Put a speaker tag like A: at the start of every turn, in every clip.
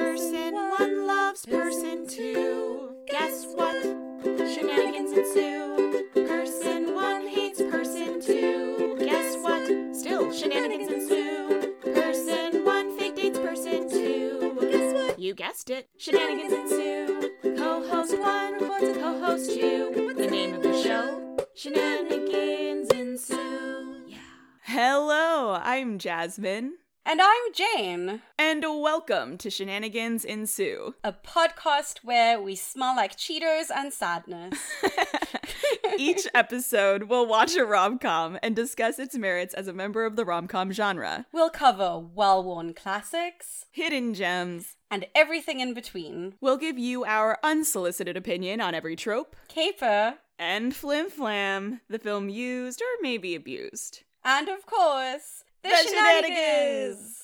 A: When one loves person two, guess what? Shenanigans ensue. Person one hates person two. Guess what? Still shenanigans ensue. Person one fake dates person two. Guess what? You guessed it. Shenanigans ensue. Co-host one reports to co-host two. What's the name of the show? Shenanigans ensue. Yeah.
B: Hello, I'm Jasmine,
C: And I'm Jane,
B: and welcome to Shenanigans Ensue.
C: a podcast where we smell like Cheetos and sadness.
B: Each episode, we'll watch a rom com and discuss its merits as a member of the rom com genre,
C: We'll cover well worn classics
B: hidden gems.
C: and everything in between.
B: We'll give you our unsolicited opinion on every trope,
C: Caper,
B: and Flim Flam, the film used or maybe abused.
C: and of course, the,
B: The
C: shenanigans!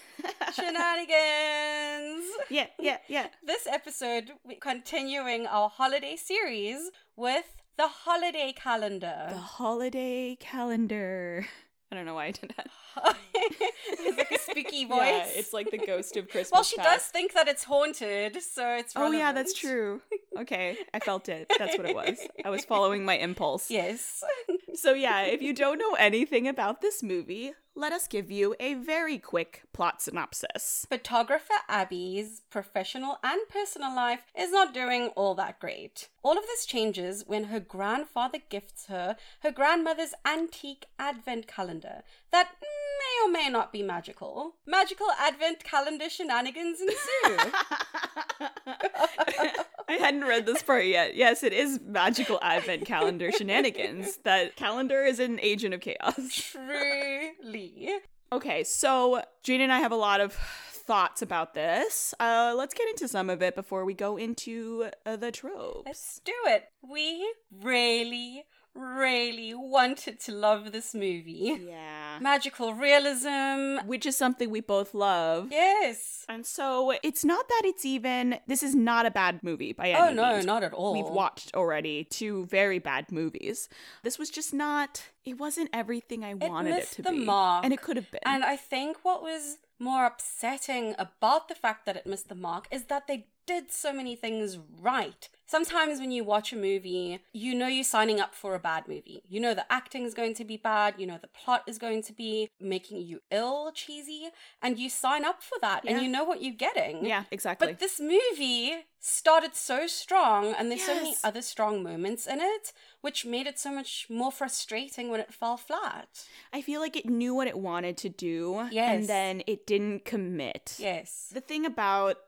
C: shenanigans!
B: Yeah, yeah, yeah.
C: This episode, we're continuing our holiday series with the holiday
B: The
C: calendar.
B: holiday calendar. I don't know why I did that.
C: it's like a spooky voice.
B: Yeah, it's like the ghost of Christmas.
C: well, she does
B: past.
C: think that it's haunted, so it's
B: Oh yeah, that's
C: relevant.
B: true. Okay, I felt it. That's what it was. I was following my impulse.
C: Yes.
B: So yeah, if you don't know anything about this movie, let us give you a very quick plot synopsis.
C: Photographer Abby's professional and personal life is not doing all that great. All of this changes when her grandfather gifts her her grandmother's antique advent calendar that may or may not be magical. Magical advent calendar shenanigans ensue.
B: I hadn't read this part yet. Yes, it is magical advent calendar shenanigans. That calendar is an agent of chaos.
C: Truly.
B: Okay, so Jane and I have a lot of thoughts about this. Uh, let's get into some of it before we go into uh, the tropes.
C: Let's do it. We really, really wanted to love this movie.
B: Yeah.
C: Magical realism.
B: Which is something we both love.
C: Yes.
B: And so it's not that it's even, this is not a bad movie by
C: Oh
B: any
C: no,
B: means.
C: not at all.
B: We've watched already two very bad movies. This was just not, it wasn't everything I wanted it
C: missed
B: to
C: the
B: be.
C: mark.
B: And it could have been.
C: And I think what was more upsetting about the fact that it missed the mark is that they did so many things right. Sometimes when you watch a movie, you know you're signing up for a bad movie. You know the acting is going to be bad, you know the plot is going to be making you ill, cheesy, and you sign up for that and
B: Yeah.
C: you know what you're getting.
B: yeah, exactly.
C: But this movie started so strong, and there's so many
B: Yes.
C: other strong moments in it, which made it so much more frustrating when it fell flat.
B: I feel like it knew what it wanted to do.
C: Yes.
B: And then it didn't commit.
C: Yes.
B: The thing about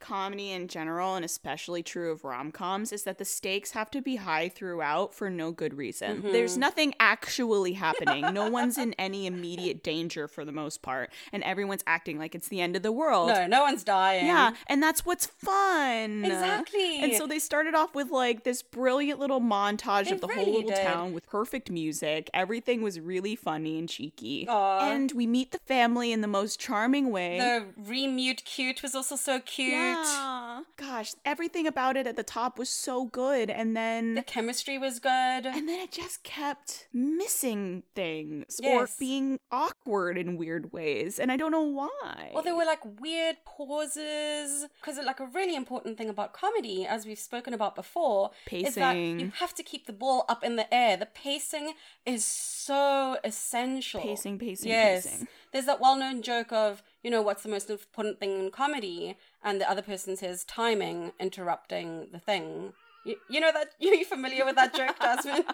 B: comedy in general, and especially true of rom coms, is that the stakes have to be high throughout for no good reason. There's
C: Mm-hmm.
B: nothing actually happening. no one's in any immediate danger for the most part, and everyone's acting like it's the end of the world.
C: No, no one's dying.
B: Yeah, and that's what's fun.
C: Exactly.
B: And so they started off with like this brilliant little montage
C: They
B: of the whole
C: really
B: little
C: did.
B: town with perfect music. Everything was really funny and cheeky.
C: Aw.
B: And we meet the family in the most charming way.
C: The remute cute was also so cute.
B: Yeah. Gosh, everything about it at the top was so good and
C: The
B: then
C: chemistry was good.
B: and then it just kept missing things or
C: Yes.
B: being awkward in weird ways and I don't know why.
C: Well, there were like weird pauses because, like, a really important thing about comedy, as we've spoken about before, is that you
B: Pacing.
C: have to keep the ball up in the air. The pacing is so essential.
B: Pacing, pacing,
C: yes.
B: pacing.
C: There's that well-known joke of, you know, what's the most important thing in comedy, and the other person says timing, interrupting the thing. You, you know that you're familiar with that joke, Jasmine.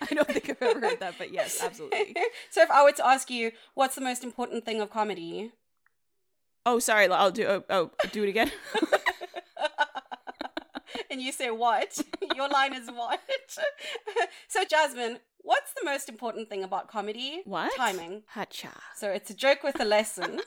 B: I don't think I've ever heard that, but yes, absolutely.
C: so if I were to ask you, what's the most important thing of comedy?
B: Oh, sorry. I'll do. Oh, oh do it again.
C: And you say what? Your line is what? so Jasmine, what's the most important thing about comedy?
B: What?
C: Timing.
B: Hacha.
C: So it's a joke with a lesson.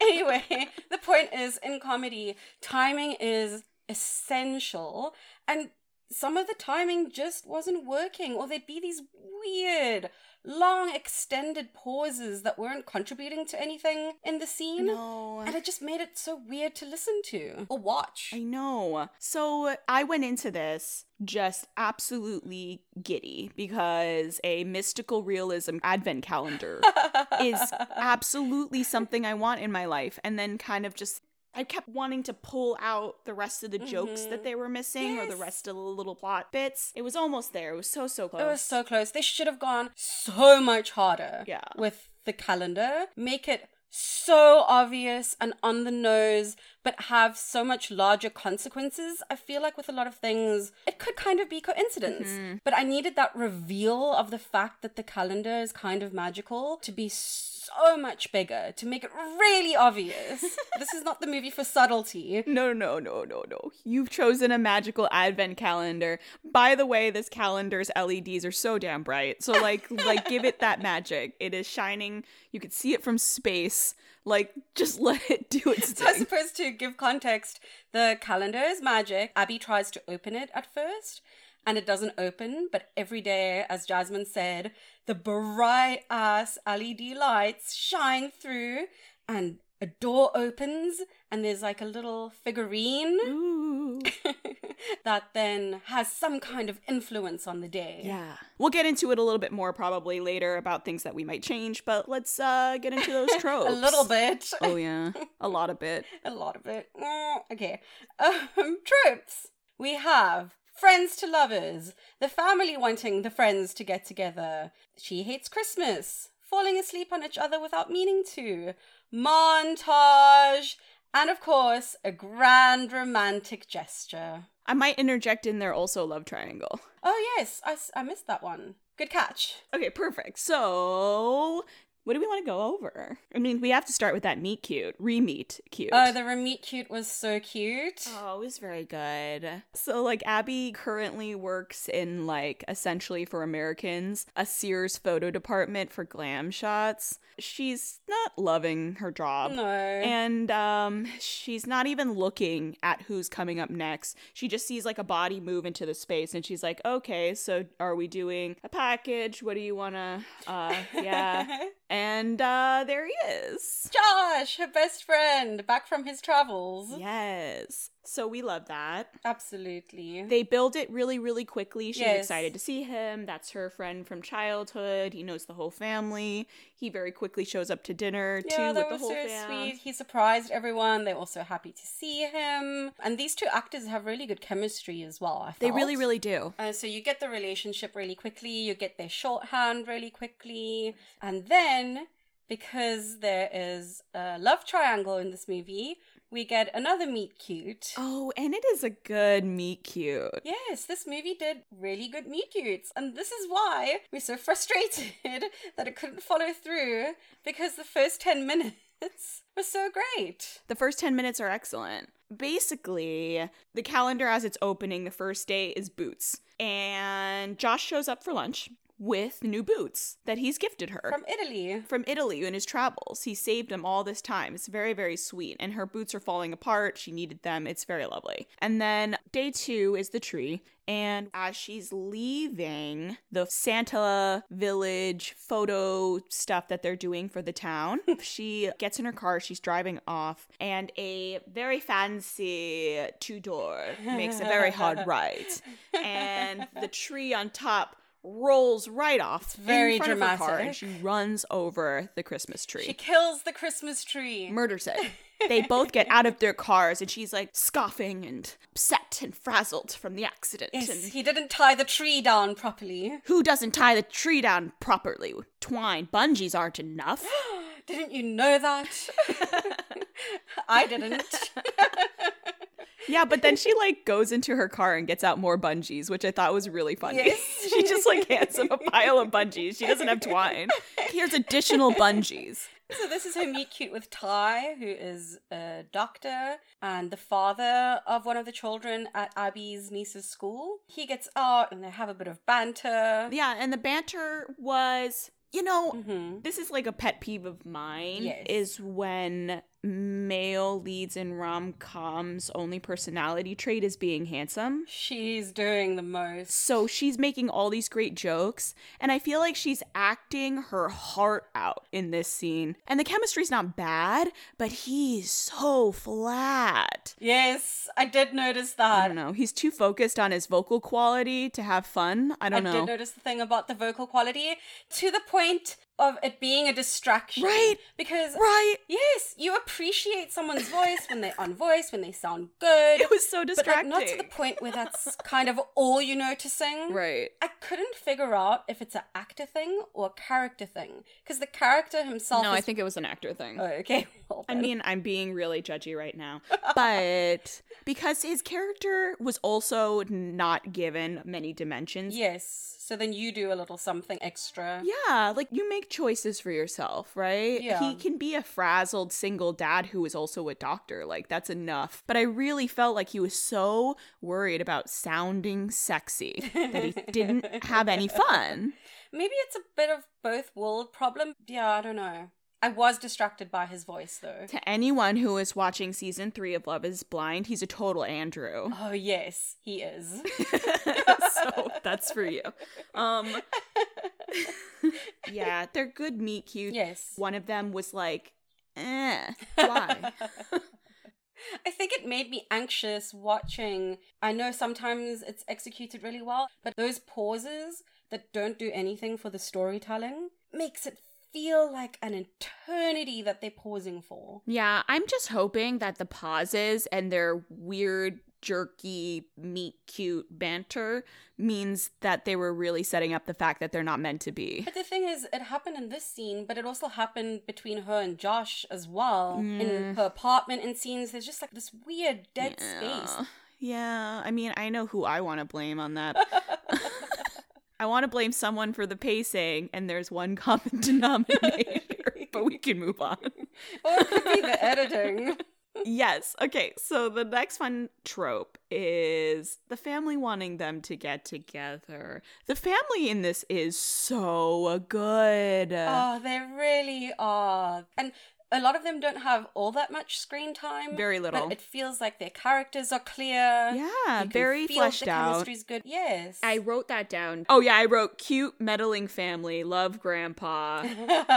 C: anyway, the point is in comedy, timing is essential. And some of the timing just wasn't working, or there'd be these weird, long, extended pauses that weren't contributing to anything in the scene.
B: No.
C: And it just made it so weird to listen to or watch.
B: I know. So I went into this just absolutely giddy because a mystical realism advent calendar is absolutely something I want in my life. And then kind of just I kept wanting to pull out the rest of the jokes
C: Mhm.
B: that they were missing or the
C: Yes.
B: rest of the little plot bits. It was almost there. It was so, so close.
C: It was so close. They should have gone so much harder
B: Yeah.
C: with the calendar. Make it so obvious and on the nose, but have so much larger consequences. I feel like with a lot of things, it could kind of be coincidence. But I needed that reveal of the fact that the calendar is kind of magical to be so much bigger, to make it really obvious. this is not the movie for subtlety.
B: No, no, no, no, no. You've chosen a magical advent calendar. By the way, this calendar's LEDs are so damn bright. So like like give it that magic. It is shining. You could see it from space. Like just let it do its
C: So I
B: thing.
C: suppose to give context, the calendar is magic. Abby tries to open it at first, and it doesn't open. But every day, as Jasmine said, the bright ass LED lights shine through, and a door opens, and there's like a little figurine
B: Ooh.
C: that then has some kind of influence on the day.
B: Yeah. We'll get into it a little bit more probably later about things that we might change, but let's uh get into those tropes.
C: A little bit.
B: Oh yeah. A lot of bit.
C: a lot of it. Mm, Okay. Um, tropes. We have friends to lovers, the family wanting the friends to get together. She hates Christmas, falling asleep on each other without meaning to. Montage. And of course, a grand romantic gesture.
B: I might interject in there also love triangle.
C: Oh, yes, I, s- I missed that one. Good catch.
B: Okay, perfect. So, what do we want to go over? I mean, we have to start with that meet cute, re meet cute.
C: Oh, the Ramit cute was so cute.
B: Oh, it was very good. So, like, Abby currently works in, like, essentially for Americans, a Sears photo department for glam shots. She's not loving her job.
C: no.
B: And um, she's not even looking at who's coming up next. She just sees like a body move into the space, and she's like, "Okay, so are we doing a package? What do you wanna? Uh, yeah." and uh, there he is.
C: Josh, her best friend, back from his travels.
B: Yes. So we love that.
C: Absolutely.
B: They build it really, really quickly. She's
C: Mm-hmm. Yes.
B: excited to see him. That's her friend from childhood. He knows the whole family. He very quickly shows up to dinner too with the whole family.
C: He surprised everyone. They're also happy to see him. And these two actors have really good chemistry as well. I
B: They
C: felt.
B: really, really do.
C: Uh, so you get the relationship really quickly. You get their shorthand really quickly, and then because there is a love triangle in this movie, we get another meet cute.
B: Oh, and it is a good meet cute.
C: Yes, this movie did really good meet cutes, and this is why we're so frustrated that it couldn't follow through because the first 10 minutes were so great.
B: The first 10 minutes are excellent. Basically, the calendar as it's opening, the first day is boots. And Josh shows up for lunch with new boots that he's gifted her
C: From Italy.
B: from Italy in his travels. He saved them all this time. It's very, very sweet. And her boots are falling apart. She needed them. It's very lovely. And then day two is the tree. And as she's leaving the Santa village photo stuff that they're doing for the town, she gets in her car. She's driving off. And a very fancy two door makes a very hard right. And the tree on top rolls right off
C: very
B: in front of her car and
C: dramatic.
B: she runs over the Christmas tree,
C: She kills the Christmas tree.
B: murders it. they both get out of their cars and she's like scoffing and upset and frazzled from the accident.
C: Yes,
B: And
C: he didn't tie the tree down properly.
B: who doesn't tie the tree down properly? Twine bungees aren't enough.
C: Didn't you know that? I didn't.
B: yeah, but then she like goes into her car and gets out more bungees, which I thought was really funny.
C: Yes.
B: she just like hands him a pile of bungees. She doesn't have twine. Here's additional bungees.
C: So this is her meet cute with Ty, who is a doctor and the father of one of the children at Abby's niece's school. He gets out and they have a bit of banter.
B: Yeah, and the banter was, you know,
C: hmm
B: this is like a pet peeve of mine
C: Yes.
B: is when male leads in rom-coms only personality trait is being handsome
C: She's doing the most.
B: so she's making all these great jokes and i feel like she's acting her heart out in this scene and the chemistry's not bad but he's so flat
C: Yes, I did notice
B: i
C: that.
B: don't know he's too focused on his vocal quality to have fun i don't know
C: did notice the thing about the vocal quality to the point of it being a distraction.
B: Right.
C: Because
B: Right.
C: yes, you appreciate someone's voice when they're on voice, when they sound good.
B: It was so
C: but like
B: distracting.
C: not to the point where that's kind of all you're noticing.
B: Right.
C: I couldn't figure out if it's an actor thing or a character thing. Because the character himself
B: No,
C: is
B: I think it was an actor thing.
C: Oh, okay. Well,
B: I
C: then.
B: mean, I'm being really judgy right now, but because his character was also not given many dimensions.
C: Yes. So then you do a little something extra.
B: Yeah, like you make choices for yourself, right?
C: Yeah.
B: He can be a frazzled single dad who is also a doctor. Like, that's enough. But I really felt like he was so worried about sounding sexy that he didn't have any fun.
C: Maybe it's a bit of both world problem. Yeah, I don't know. I was distracted by his voice though.
B: To anyone who is watching season three of Love is Blind, he's a total Andrew.
C: Oh yes, he is.
B: so that's for you. Um Yeah, they're good meat cute.
C: yes.
B: One of them was like, eh, why?
C: I think it made me anxious watching. I know sometimes it's executed really well, but those pauses that don't do anything for the storytelling makes it feel like an eternity that they're pausing for.
B: yeah, I'm just hoping that the pauses and their weird jerky meat cute banter means that they were really setting up the fact that they're not meant to be.
C: But the thing is, it happened in this scene, but it also happened between her and Josh as well. In her apartment and scenes, there's just like this weird dead space.
B: Yeah, I mean, I know who I want to blame on that. I want to blame someone for the pacing, and there's one common denominator, but we can move on.
C: Or it could be the editing.
B: yes, okay, so the next fun trope is the family wanting them to get together. The family in this is so good.
C: Oh, they really are. And a lot of them don't have all that much screen time.
B: Very little.
C: But it feels like their characters are clear.
B: yeah,
C: You can
B: very
C: feel
B: fleshed
C: the
B: out.
C: chemistry's good. Yes.
B: I wrote that down. Oh, yeah, I wrote cute, meddling family, love grandpa.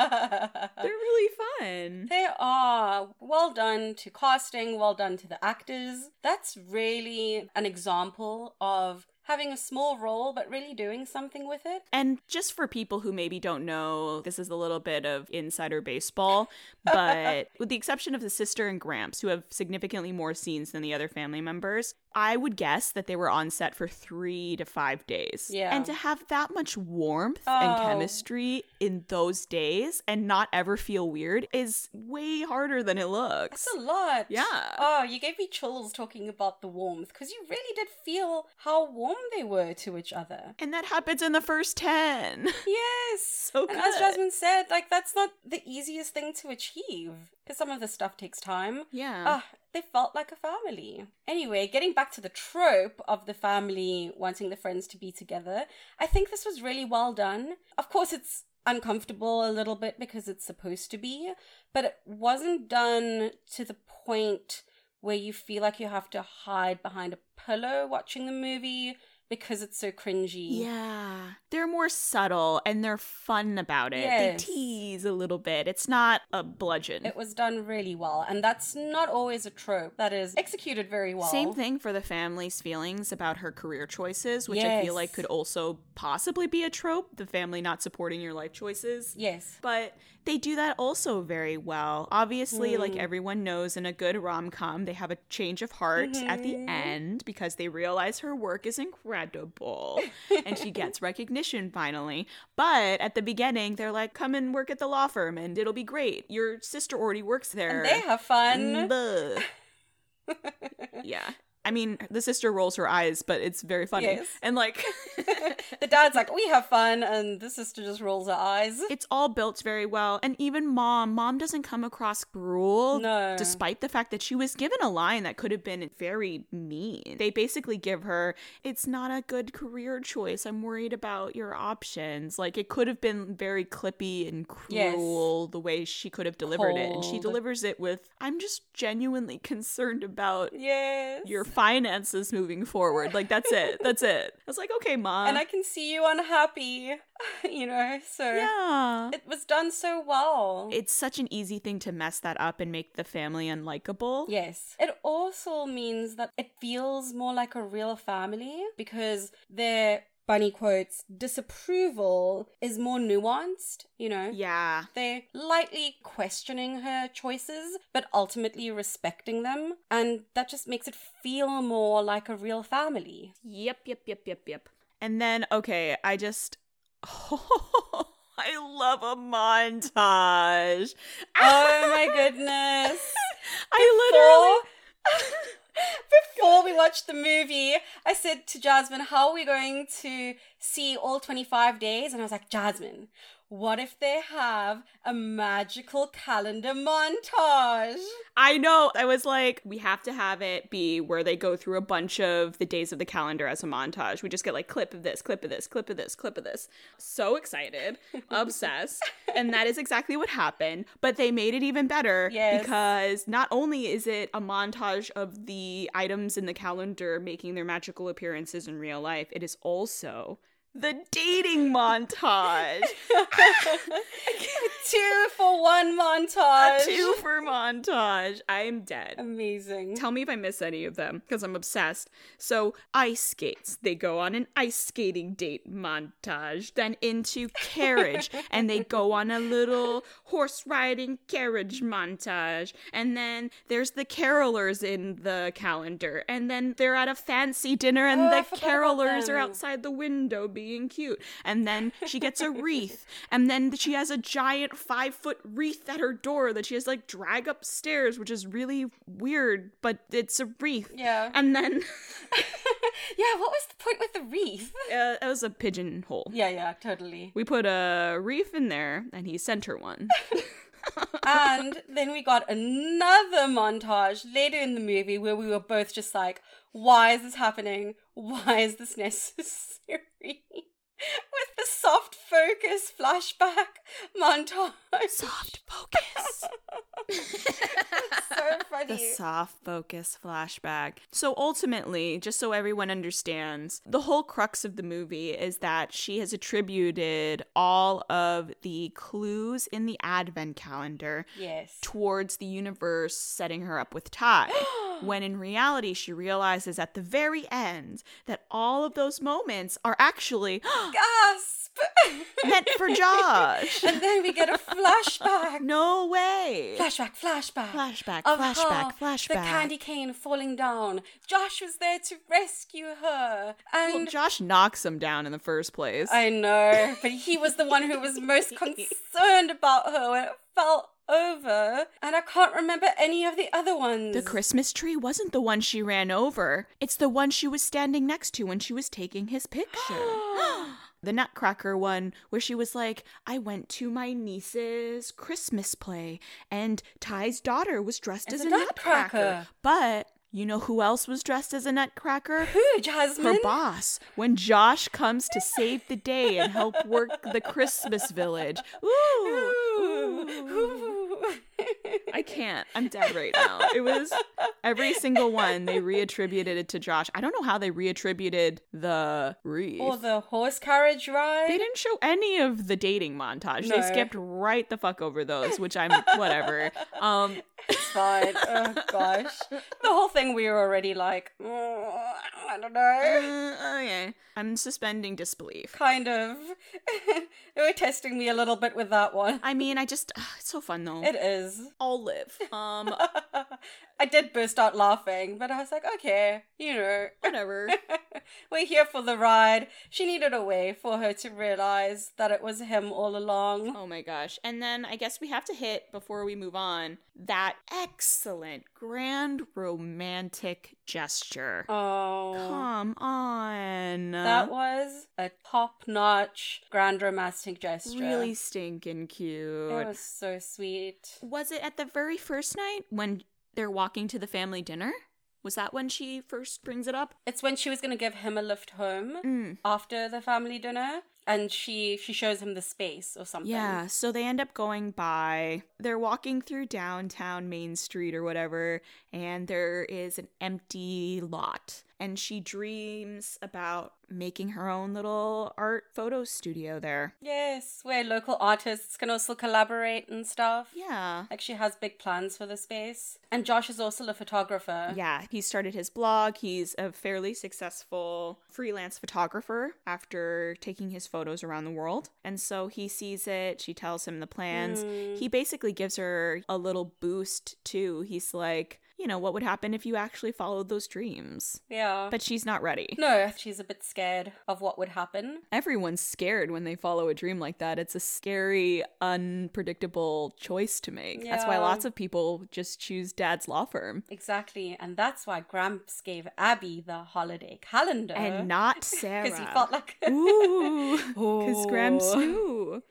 B: They're really fun.
C: they are. Well done to casting, well done to the actors. That's really an example of having a small role but really doing something with it.
B: And just for people who maybe don't know, this is a little bit of insider baseball, but with the exception of the sister and Gramps, who have significantly more scenes than the other family members, I would guess that they were on set for three to five days.
C: Yeah.
B: And to have that much warmth and
C: Oh.
B: chemistry in those days and not ever feel weird is way harder than it looks.
C: That's a lot.
B: Yeah.
C: Oh, you gave me chills talking about the warmth because you really did feel how warm they were to each other.
B: and that happens in the first 10.
C: Yes.
B: So
C: and as
B: good.
C: Jasmine said, like that's not the easiest thing to achieve because some of the stuff takes time.
B: Yeah.
C: Ah, they felt like a family. Anyway, getting back to the trope of the family wanting the friends to be together, I think this was really well done. Of course, it's uncomfortable a little bit because it's supposed to be, but it wasn't done to the point where you feel like you have to hide behind a pillow watching the movie because it's so cringy.
B: Yeah. They're more subtle and they're fun about it.
C: Yes.
B: They tease a little bit. It's not a bludgeon.
C: It was done really well, and that's not always a trope that is executed very well.
B: Same thing for the family's feelings about her career choices, which I
C: Yes.
B: feel like could also possibly be a trope, the family not supporting your life choices.
C: Yes.
B: But they do that also very well. Obviously,
C: Hmm.
B: like everyone knows in a good rom com, they have a change of heart at
C: Mm-hmm.
B: the end because they realize her work is incredible and she gets recognition finally. But at the beginning, they're like, come and work at the law firm and it'll be great. Your sister already works there.
C: And they have fun.
B: Bleh. yeah. I mean, the sister rolls her eyes, but it's very funny.
C: Yes.
B: And like,
C: the dad's like, we have fun, and the sister just rolls her eyes.
B: it's all built very well. And even mom, mom doesn't come across cruel,
C: No.
B: despite the fact that she was given a line that could have been very mean. They basically give her, it's not a good career choice. I'm worried about your options. Like, it could have been very clippy and
C: Yes.
B: cruel the way she could have delivered it. And she
C: Cold.
B: delivers it with, I'm just genuinely concerned about
C: Yes.
B: your finances moving forward. Like that's it. That's it. I was like, okay, mom.
C: and I can see you unhappy, you know, so
B: yeah.
C: it was done so well.
B: It's such an easy thing to mess that up and make the family unlikable.
C: Yes. It also means that it feels more like a real family because they're bunny quotes, disapproval is more nuanced, you know?
B: Yeah.
C: They're lightly questioning her choices, but ultimately respecting them. And that just makes it feel more like a real family.
B: Yep, yep, yep, yep, yep. And then, okay, I just. I love a montage.
C: Oh my goodness.
B: I literally.
C: Before we watched the movie, I said to Jasmine, How are we going to see all 25 days? And I was like, Jasmine, what if they have a magical calendar montage?
B: I know. I was like, we have to have it be where they go through a bunch of the days of the calendar as a montage. We just get like clip of this, clip of this, clip of this, clip of this. So excited, obsessed. And that is exactly what happened. But they made it even better
C: Yes.
B: because not only is it a montage of the items in the calendar making their magical appearances in real life, it is also the dating montage.
C: Two for one
B: a
C: montage.
B: two for montage. I'm dead.
C: Amazing.
B: Tell me if I miss any of them because I'm obsessed. So, ice skates. They go on an ice skating date montage, then into carriage, and they go on a little horse riding carriage montage. And then there's the carolers in the calendar, and then they're at a fancy dinner, and
C: Oh, I
B: the
C: forgot about
B: carolers are
C: them.
B: outside the window being cute. And then she gets a wreath, and then she has a giant five foot wreath at her door that she has like drag upstairs, which is really weird, but it's a wreath.
C: Yeah.
B: And then
C: yeah, what was the point with the wreath?
B: uh, it was a pigeonhole.
C: Yeah, yeah, totally.
B: We put a wreath in there, and he sent her one.
C: and then we got another montage later in the movie where we were both just like, why is this happening? Why is this necessary? With the soft focus flashback montage.
B: soft focus.
C: so funny.
B: The soft focus flashback. So ultimately, just so everyone understands, the whole crux of the movie is that she has attributed all of the clues in the advent calendar
C: yes.
B: towards the universe setting her up with Ty. when in reality, she realizes at the very end that all of those moments are actually
C: Gasp!
B: meant for Josh.
C: and then we get a flashback.
B: No way.
C: Flashback, flashback.
B: Flashback,
C: of
B: flashback,
C: her, The
B: flashback.
C: candy cane falling down. Josh was there to rescue her. And
B: Well, Josh knocks him down in the first place.
C: I know, but he was the one who was most concerned about her when it fell over. And I can't remember any of the other ones.
B: The Christmas tree wasn't the one she ran over. It's the one she was standing next to when she was taking his picture. the Nutcracker one, where she was like, I went to my niece's Christmas play, and Ty's daughter was dressed
C: As
B: as,
C: a
B: a nutcracker.
C: nutcracker.
B: But you know who else was dressed as a nutcracker?
C: Who, Jasmine?
B: Her boss, when Josh comes to save the day and help work the Christmas village. Ooh, ooh.
C: Ooh.
B: I can't. I'm dead right now. It was every single one they reattributed it to Josh. I don't know how they reattributed the wreath.
C: or the horse carriage ride.
B: they didn't show any of the dating montage. They
C: No.
B: skipped right the fuck over those, which I'm whatever. Um
C: It's fine. Oh gosh, the whole thing we were already like, "Mm, I don't know.
B: uh, okay. I'm suspending disbelief.
C: Kind of. they were testing me a little bit with that one.
B: I mean, I just ugh, it's so fun though.
C: It is.
B: I'll live. Um
C: I did burst out laughing, but I was like, okay, you know,
B: whatever.
C: we're here for the ride. She needed a way for her to realize that it was him all along.
B: Oh my gosh. And then I guess we have to hit before we move on that excellent grand romantic gesture.
C: Oh.
B: Come on.
C: That was a top notch grand romantic gesture.
B: really stinking cute.
C: It
B: Was-,
C: was so sweet.
B: it at the very first night when they're walking to the family dinner? Was that when she first brings it up?
C: It's when she was going to give him a lift home
B: Mm.
C: after the family dinner, and she she shows him the space or something.
B: Yeah, so they end up going by. They're walking through downtown Main Street or whatever, and there is an empty lot. and she dreams about making her own little art photo studio there.
C: Yes, where local artists can also collaborate and stuff.
B: Yeah.
C: Like she has big plans for the space. And Josh is also a photographer.
B: Yeah, he started his blog. He's a fairly successful freelance photographer after taking his photos around the world. And so he sees it. She tells him the plans.
C: Mm.
B: He basically gives her a little boost, too. He's like, you know, what would happen if you actually followed those dreams?
C: Yeah.
B: But she's not ready.
C: no, she's a bit scared of what would happen.
B: Everyone's scared when they follow a dream like that. It's a scary, unpredictable choice to make. That's why
C: Yeah.
B: lots of people just choose dad's law firm.
C: Exactly, and that's why Gramps gave Abby the holiday calendar.
B: And not Sarah.
C: because Uh-huh. he felt like
B: Ooh, because Gramps
C: Oh.
B: knew.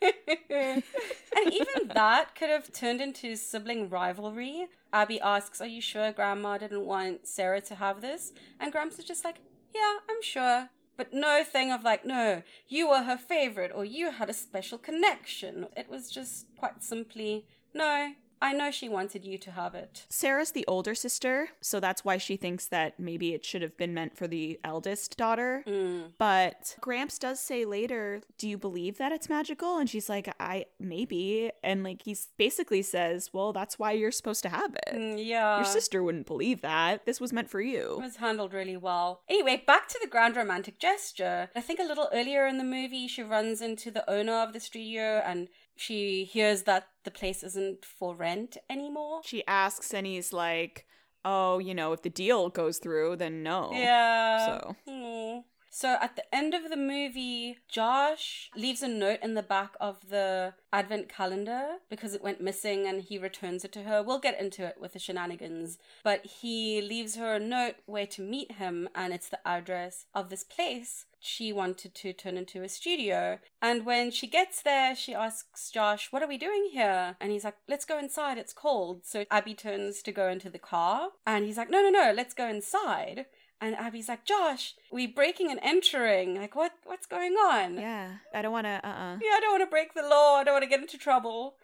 C: and even that could have turned into sibling rivalry. Abby asks, Are you sure Grandma didn't want Sarah to have this? And Gramps is just like, Yeah, I'm sure. But no thing of like, No, you were her favorite or you had a special connection. It was just quite simply, No, I know she wanted you to have it.
B: Sarah's the older sister, so that's why she thinks that maybe it should have been meant for the eldest daughter.
C: Mm.
B: But Gramps does say later, Do you believe that it's magical? And she's like, I maybe. And like, he basically says, Well, that's why you're supposed to have it.
C: Mm, Yeah.
B: Your sister wouldn't believe that. This was meant for you.
C: was handled really well. Anyway, back to the grand romantic gesture. I think a little earlier in the movie, she runs into the owner of the studio and she hears that the place isn't for rent anymore.
B: She asks, and he's like, Oh, you know, if the deal goes through, then no.
C: Yeah.
B: Oh, So.
C: Aw. So at the end of the movie, Josh leaves a note in the back of the advent calendar because it went missing and he returns it to her. We'll get into it with the shenanigans, but he leaves her a note where to meet him and it's the address of this place she wanted to turn into a studio. And when she gets there, she asks Josh, What are we doing here? And he's like, Let's go inside, it's cold. So Abby turns to go into the car and he's like, No, no, no, let's go inside. And Abby's like, Josh, we breaking and entering. Like, what what's going on?
B: Yeah. I don't want to, uh uh
C: Yeah, I don't want to break the law. I don't want to get into trouble.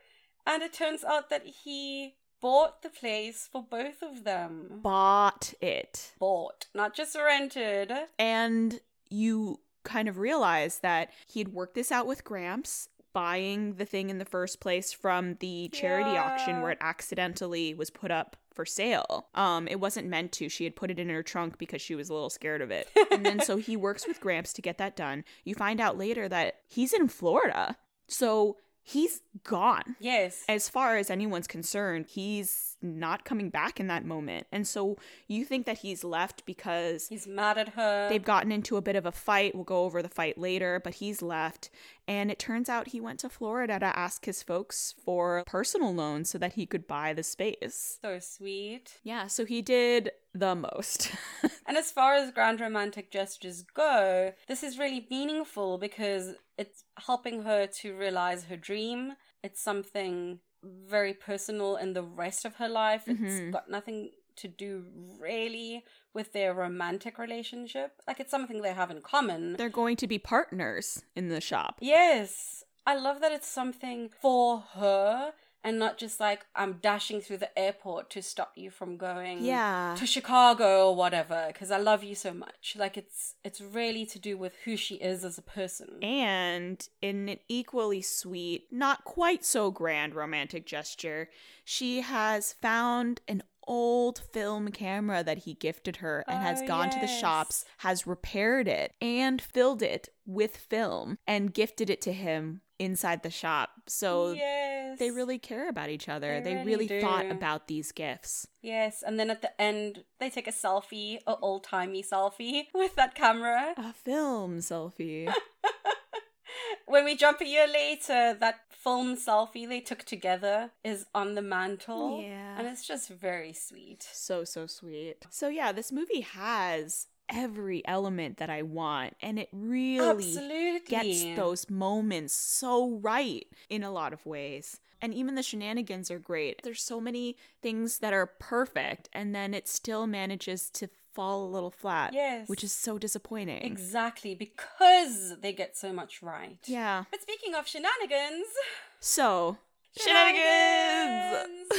C: And it turns out that he bought the place for both of them.
B: Bought it.
C: Bought, not just rented.
B: and you kind of realize that he'd worked this out with Gramps buying the thing in the first place from the charity auction
C: Yeah.
B: where it accidentally was put up for sale. Um it wasn't meant to. She had put it in her trunk because she was a little scared of it. and then so he works with Gramps to get that done. You find out later that he's in Florida. So he's gone
C: Yes.
B: as far as anyone's concerned, he's not coming back in that moment. And so you think that he's left because
C: He's mad at her.
B: They've gotten into a bit of a fight. We'll go over the fight later, but he's left. And it turns out he went to Florida to ask his folks for personal loans so that he could buy the space.
C: so sweet.
B: Yeah, so he did the most.
C: And as far as grand romantic gestures go, this is really meaningful because it's helping her to realize her dream. It's something very personal in the rest of her life.
B: Mhm.
C: It's got nothing to do really with their romantic relationship. Like it's something they have in common.
B: They're going to be partners in the shop.
C: Yes. I love that it's something for her and not just like I'm dashing through the airport to stop you from going
B: Yeah.
C: to Chicago or whatever because I love you so much. Like it's it's really to do with who she is as a person.
B: And in an equally sweet, not quite so grand romantic gesture, she has found an old film camera that he gifted her and has
C: Oh,
B: gone to the
C: yes.
B: shops, has repaired it, and filled it with film and gifted it to him inside the shop. So
C: yes,
B: they really care about each other. They,
C: They
B: really,
C: really
B: thought
C: do.
B: about these gifts.
C: yes. And then at the end, they take a selfie, a old timey selfie with that camera.
B: A film selfie.
C: When we jump a year later, that film selfie they took together is on the mantle.
B: Yeah.
C: and it's just very sweet.
B: So, so sweet. So, yeah, this movie has every element that I want, and it really
C: Absolutely
B: gets those moments so right in a lot of ways. And even the shenanigans are great. There's so many things that are perfect, and then it still manages to fall a little flat,
C: Yes.
B: which is so disappointing.
C: Exactly, because they get so much right.
B: Yeah.
C: But speaking of shenanigans,
B: So, Shenanigans!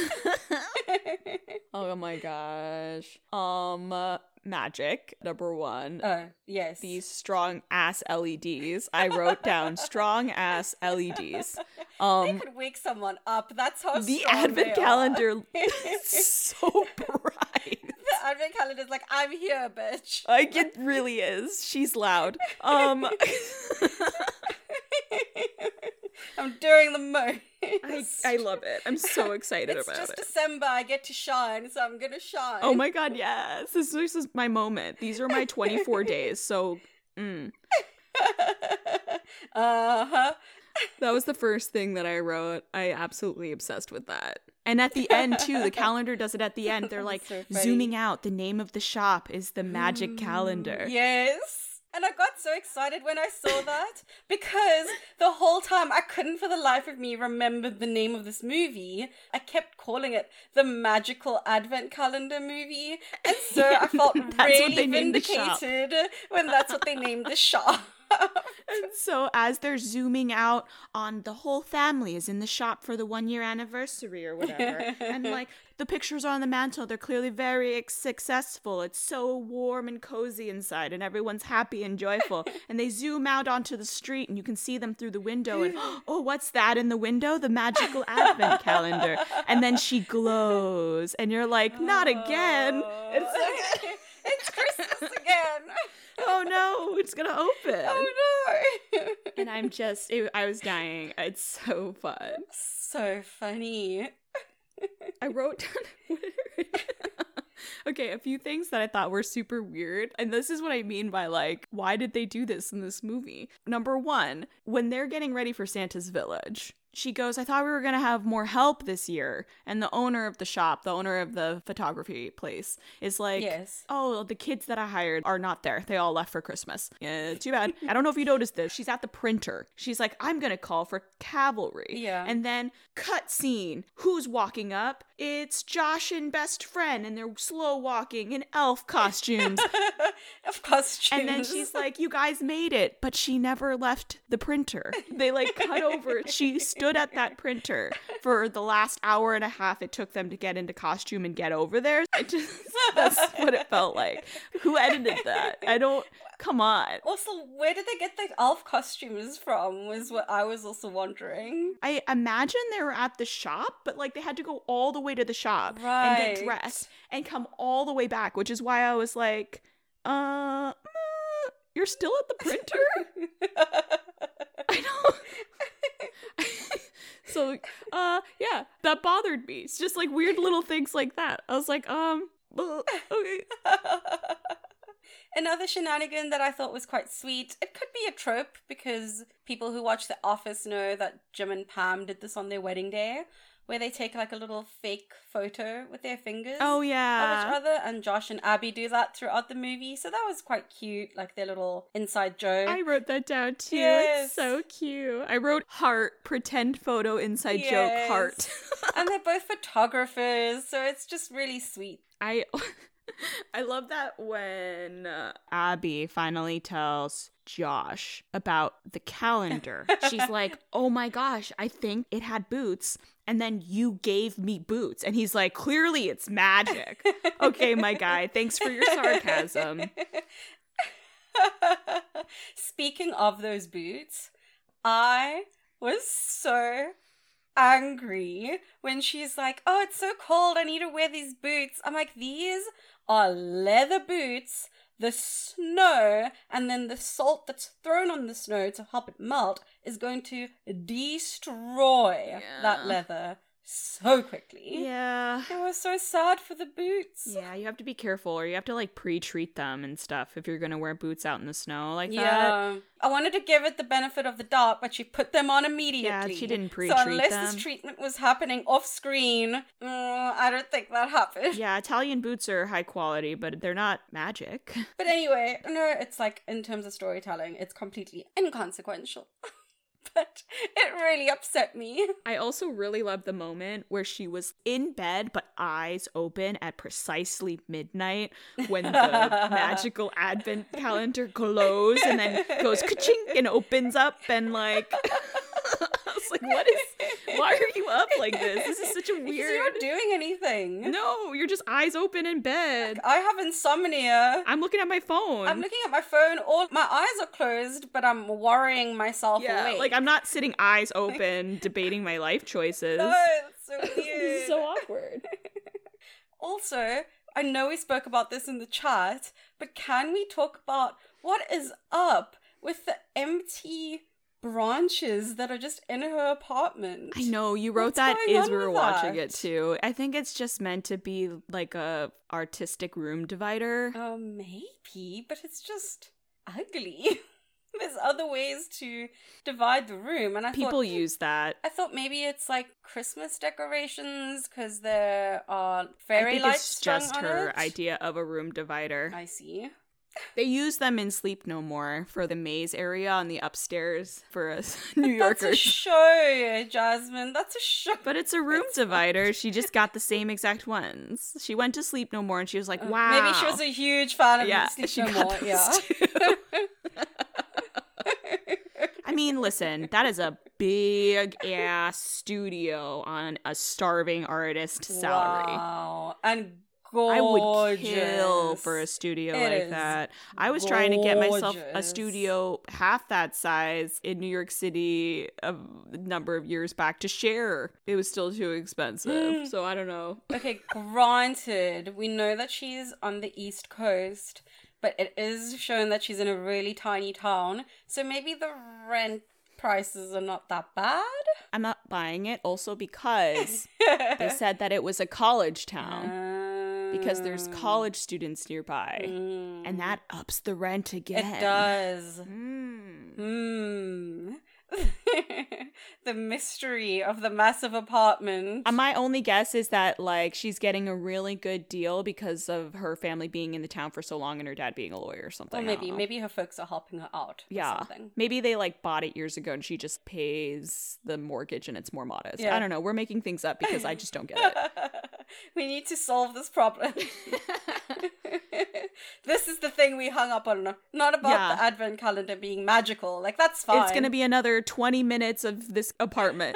B: oh my gosh. Um, uh, magic, number one.
C: oh, yes.
B: These strong ass LEDs. I wrote down strong ass LEDs. Um,
C: they could wake someone up. That's how
B: the
C: strong they
B: advent
C: are.
B: calendar is
C: the
B: so bright.
C: advent calendar is like, I'm here, bitch.
B: Like it really is. She's loud. Um
C: I'm doing the most.
B: I, I love it. I'm so excited
C: it's
B: about
C: just
B: it.
C: December. I get to shine, so I'm gonna shine.
B: Oh my god, yes. This, this is my moment. These are my 24 days. So mm.
C: uh huh.
B: that was the first thing that I wrote. I absolutely obsessed with that. And at the end too, the calendar does it at the end. They're like
C: That's so funny.
B: zooming out. The name of the shop is the Magic Calendar.
C: Mm, Yes. And I got so excited when I saw that because the whole time I couldn't for the life of me remember the name of this movie. I kept calling it the Magical Advent Calendar movie. And so I felt
B: That's what
C: really
B: they named the shop.
C: vindicated when that's what they named the shop.
B: And so as they're zooming out on the whole family is in the shop for the one year anniversary or whatever. and like the pictures are on the mantle, they're clearly very ex- successful. It's so warm and cozy inside and everyone's happy and joyful. and they zoom out onto the street and you can see them through the window and oh, what's that in the window? The magical advent calendar. And then she glows and you're like, not again. It's like,
C: it's Christmas again.
B: oh no, it's going to open.
C: Oh no.
B: and I'm just, it, I was dying. It's so fun.
C: so funny.
B: I wrote down. what did I write? okay, a few things that I thought were super weird. And this is what I mean by like, why did they do this in this movie? Number one, when they're getting ready for Santa's village. She goes, I thought we were going to have more help this year. And the owner of the shop, the owner of the photography place, is like,
C: Yes.
B: Oh, the kids that I hired are not there. They all left for Christmas. Yeah, too bad. I don't know if you noticed this. She's at the printer. She's like, I'm going to call for cavalry.
C: Yeah.
B: And then cut scene. Who's walking up? It's Josh and best friend, and they're slow walking in elf costumes.
C: of course,
B: and then
C: June's.
B: she's like, You guys made it. But she never left the printer. They like cut over. She stood at that printer for the last hour and a half it took them to get into costume and get over there. I just, that's what it felt like. Who edited that? I don't, come on.
C: Also, where did they get the elf costumes from? Was what I was also wondering.
B: I imagine they were at the shop, but like they had to go all the way to the shop and get
C: Right.
B: dressed and come all the way back, which is why I was like, uh, mm, you're still at the printer? I know. so, uh, yeah, that bothered me. It's just like weird little things like that. I was like, um, uh, okay.
C: Another shenanigan that I thought was quite sweet. It could be a trope because people who watch The Office know that Jim and Pam did this on their wedding day, where they take like a little fake photo with their fingers.
B: Oh,
C: of each
B: yeah.
C: other, and Josh and Abby do that throughout the movie. So that was quite cute, like their little inside joke.
B: I wrote that down too. It's
C: Yes.
B: so cute. I wrote heart, pretend photo, inside joke,
C: Yes.
B: heart.
C: and they're both photographers, so it's just really sweet.
B: I I love that when uh, Abby finally tells Josh about the calendar. She's like, "Oh my gosh, I think it had boots." And then you gave me boots. And he's like, clearly it's magic. okay, my guy, thanks for your sarcasm.
C: Speaking of those boots, I was so angry when she's like, Oh, it's so cold. I need to wear these boots. I'm like, These are leather boots. The snow and then the salt that's thrown on the snow to help it melt is going to destroy
B: Yeah.
C: that leather so quickly.
B: Yeah.
C: I was so sad for the boots.
B: Yeah, you have to be careful or you have to like pre-treat them and stuff if you're going to wear boots out in the snow like that.
C: Yeah. I wanted to give it the benefit of the doubt, but she put them on immediately.
B: she didn't
C: So
B: pre-treat
C: unless
B: them.
C: this treatment was happening off screen, mm, I don't think that happened.
B: Yeah, Italian boots are high quality, but they're not magic.
C: But anyway, no, it's like in terms of storytelling, it's completely inconsequential. but it really upset me.
B: I also really love the moment where she was in bed but eyes open at precisely midnight when the magical advent calendar glows and then goes ka and opens up and like I was It's like, what is? Why are you up like this? This is such a
C: Because You're
B: weird.
C: not doing anything.
B: No, you're just eyes open in bed.
C: I have insomnia.
B: I'm looking at my phone.
C: I'm looking at my phone. All my eyes are closed, but I'm worrying myself
B: yeah,
C: awake.
B: like I'm not sitting eyes open debating my life choices.
C: No, it's so weird.
A: This is so awkward.
C: also, I know we spoke about this in the chat, but can we talk about what is up with the empty branches that are just in her apartment?
B: I know you wrote
C: What's
B: that
C: going
B: as
C: on
B: we were
C: with
B: watching
C: that?
B: it too. I think it's just meant to be like a artistic room divider.
C: Oh, maybe, but it's just ugly. There's other ways to divide the room, and I thought-
B: People use that.
C: I thought maybe it's like Christmas decorations because there are fairy
B: I think
C: lights
B: it's
C: strung
B: just
C: on
B: her
C: it.
B: idea of a room divider.
C: I see.
B: They use them in Sleep No More for the maze area on the upstairs for us New
C: That's a
B: Yorkers.
C: show, Jasmine. That's a show.
B: but it's a room divider. She just got the same exact ones. She went to Sleep No More and she was like, wow.
C: Oh, Maybe she was a huge fan of
B: yeah,
C: Sleep
B: she
C: No
B: got
C: More.
B: those
C: Yeah.
B: too. I mean, listen, that is a big ass studio on a starving artist salary.
C: Wow. And
B: I would
C: gorgeous.
B: kill for a studio
C: It
B: like
C: is
B: that. I was trying to get myself a
C: gorgeous.
B: studio half that size in New York City a number of years back to share. It was still too expensive.
C: Mm.
B: So I don't know.
C: Okay, granted, we know that she's on the East Coast, but it is shown that she's in a really tiny town, so maybe the rent prices are not that bad.
B: I'm not buying it also because they said that it was a college town because there's
C: Um,
B: college students nearby.
C: mm,
B: And that ups the rent again.
C: it does.
B: Mm.
C: Hmm. the mystery of the massive apartment.
B: Uh, My only guess is that like she's getting a really good deal because of her family being in the town for so long and her dad being a lawyer or something.
C: or
B: I
C: maybe
B: don't know.
C: maybe her folks are helping her out.
B: oh.
C: or
B: Yeah.
C: something.
B: Maybe they like bought it years ago and she just pays the mortgage and it's more modest.
C: Yeah.
B: I don't know. We're making things up because I just don't get it.
C: we need to solve this problem. this is the thing we hung up on. Not about
B: Yeah.
C: the advent calendar being magical. Like that's fine.
B: It's going to be another 20 minutes of this apartment.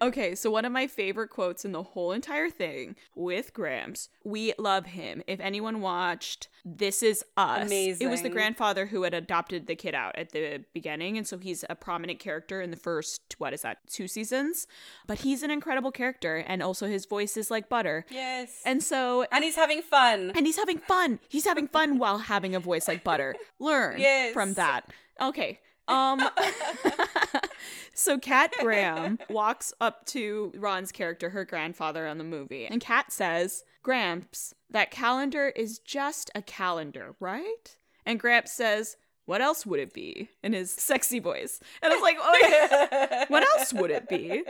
B: okay, so one of my favorite quotes in the whole entire thing with Gramps, we love him. If anyone watched This Is Us, it was the
C: Amazing.
B: grandfather who had adopted the kid out at the beginning. And so he's a prominent character in the first, what is that, two seasons? But he's an incredible character. And also his voice is like butter.
C: yes. And,
B: And so.
C: he's having fun.
B: And he's having fun. He's having fun while having a voice like butter. Learn
C: Yes.
B: from that. Okay. Um So Kat Graham walks up to Ron's character, her grandfather on the movie, and Kat says, Gramps, that calendar is just a calendar, right? And Gramps says, What else would it be? in his sexy voice. And I was like, Oh yeah. What else would it be?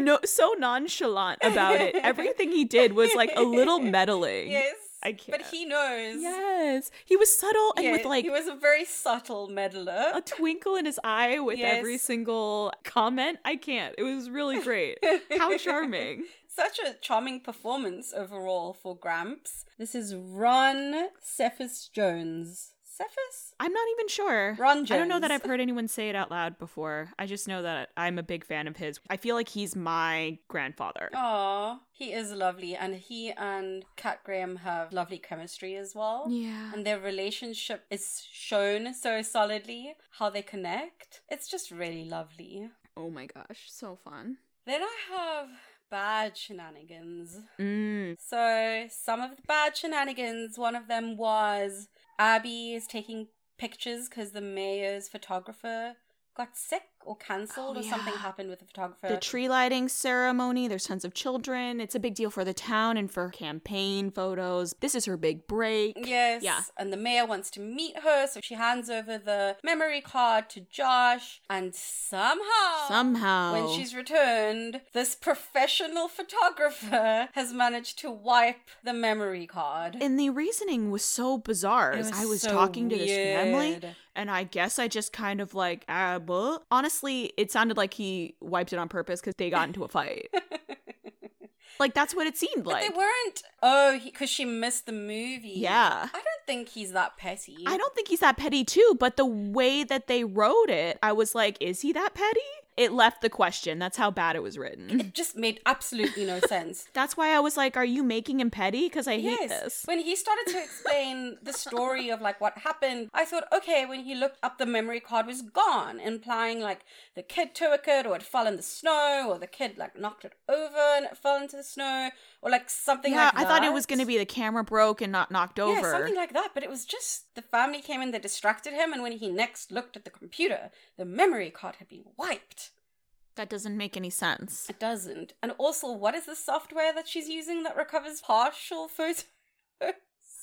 B: No so nonchalant about it. Everything he did was like a little meddling.
C: yes.
B: I
C: But
B: can't.
C: he knows.
B: Yes. He was subtle and
C: Yeah,
B: with like
C: he was a very subtle meddler.
B: a twinkle in his eye with
C: Yes.
B: every single comment. I can't. It was really great. How charming.
C: Such a charming performance overall for Gramps. This is Ron Cephas Jones. Cephas?
B: I'm not even sure.
C: Ron
B: I don't know that
C: Jones.
B: I've heard anyone say it out loud before. I just know that I'm a big fan of his. I feel like he's my grandfather.
C: Aw, he is lovely, and he and Cat Graham have lovely chemistry as well.
B: Yeah.
C: And their relationship is shown so solidly, how they connect. It's just really lovely.
B: Oh my gosh, so fun.
C: Then I have bad shenanigans.
B: Mm.
C: So, some of the bad shenanigans, one of them was Abby is taking pictures because the mayor's photographer got sick or cancelled
B: Oh,
C: or something
B: yeah.
C: happened with the photographer.
B: The tree lighting ceremony, there's tons of children. It's a big deal for the town and for campaign photos. This is her big break.
C: Yes.
B: Yeah.
C: And the mayor wants to meet her, so she hands over the memory card to Josh, and somehow.
B: Somehow.
C: When she's returned, this professional photographer has managed to wipe the memory card.
B: And the reasoning was so bizarre.
C: It
B: as I was
C: so
B: talking to this family,
C: weird.
B: and I guess I just kind of like, ah, buh. honestly, it sounded like he wiped it on purpose because they got into a fight. like that's what it seemed
C: But
B: like.
C: they weren't. Oh, because she missed the movie.
B: Yeah.
C: I don't think he's that petty.
B: I don't think he's that petty too, but the way that they wrote it, I was like, is he that petty? It left the question. That's how bad it was written.
C: It just made absolutely no sense.
B: That's why I was like, are you making him petty? Because I hate this.
C: When he started to explain the story of like what happened, I thought, okay, when he looked up the memory card was gone, implying like the kid took it or it fell in the snow or the kid like knocked it over and it fell into the snow or like something
B: yeah,
C: like that.
B: I thought it was going to be the camera broke and not knocked over.
C: Yeah, something like that. But it was just the family came in, they distracted him, and when he next looked at the computer, the memory card had been wiped.
B: that doesn't make any sense.
C: It doesn't. And also, what is the software that she's using that recovers partial photos?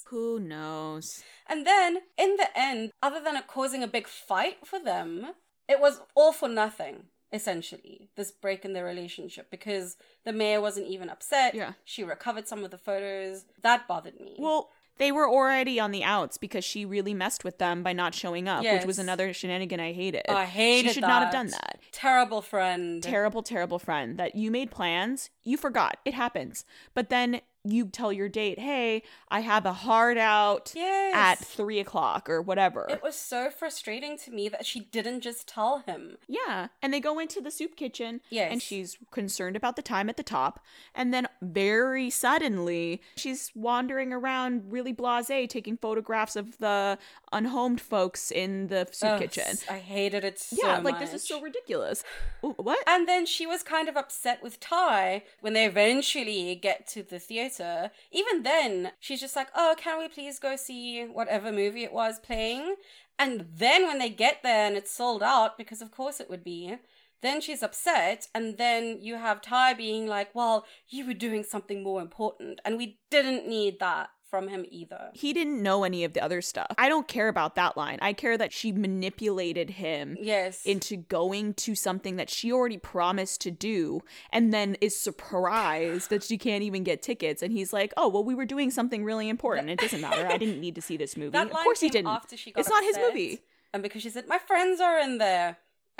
B: Who knows?
C: And then, in the end, other than it causing a big fight for them, it was all for nothing, essentially, this break in their relationship because the mayor wasn't even upset.
B: Yeah.
C: She recovered some of the photos. That bothered me.
B: Well, they were already on the outs because she really messed with them by not showing up, which was
C: Yes. Oh,
B: another shenanigan I hated.
C: I hated
B: She should not have done that.
C: Terrible friend.
B: Terrible, terrible friend that you made plans, you forgot, it happens. But then you tell your date, hey, I have a hard out
C: Yes.
B: at three o'clock or whatever.
C: It was so frustrating to me that she didn't just tell him.
B: Yeah. And they go into the soup kitchen.
C: Yes.
B: And she's concerned about the time at the top. And then very suddenly, she's wandering around really blase, taking photographs of the unhomed folks in the soup
C: Ugh,
B: kitchen.
C: I hated it so
B: Yeah. like, this is
C: much.
B: so ridiculous. Ooh, What?
C: And then she was kind of upset with Ty when they eventually get to the theater. Even then, she's just like, "Oh, can we please go see whatever movie it was playing?" And then when they get there and it's sold out, because of course it would be, then she's upset. And then you have Ty being like, "Well, you were doing something more important, and we didn't need that from him either."
B: he didn't know any of the other stuff. I don't care about that line. I care that she manipulated him
C: Yes.
B: into going to something that she already promised to do and then is surprised that she can't even get tickets and he's like oh well we were doing something really important it doesn't matter i didn't need to see this movie
C: That
B: of
C: line
B: course he
C: came
B: didn't
C: after she got
B: it's not his
C: upset,
B: movie
C: And because she said, My friends are in there.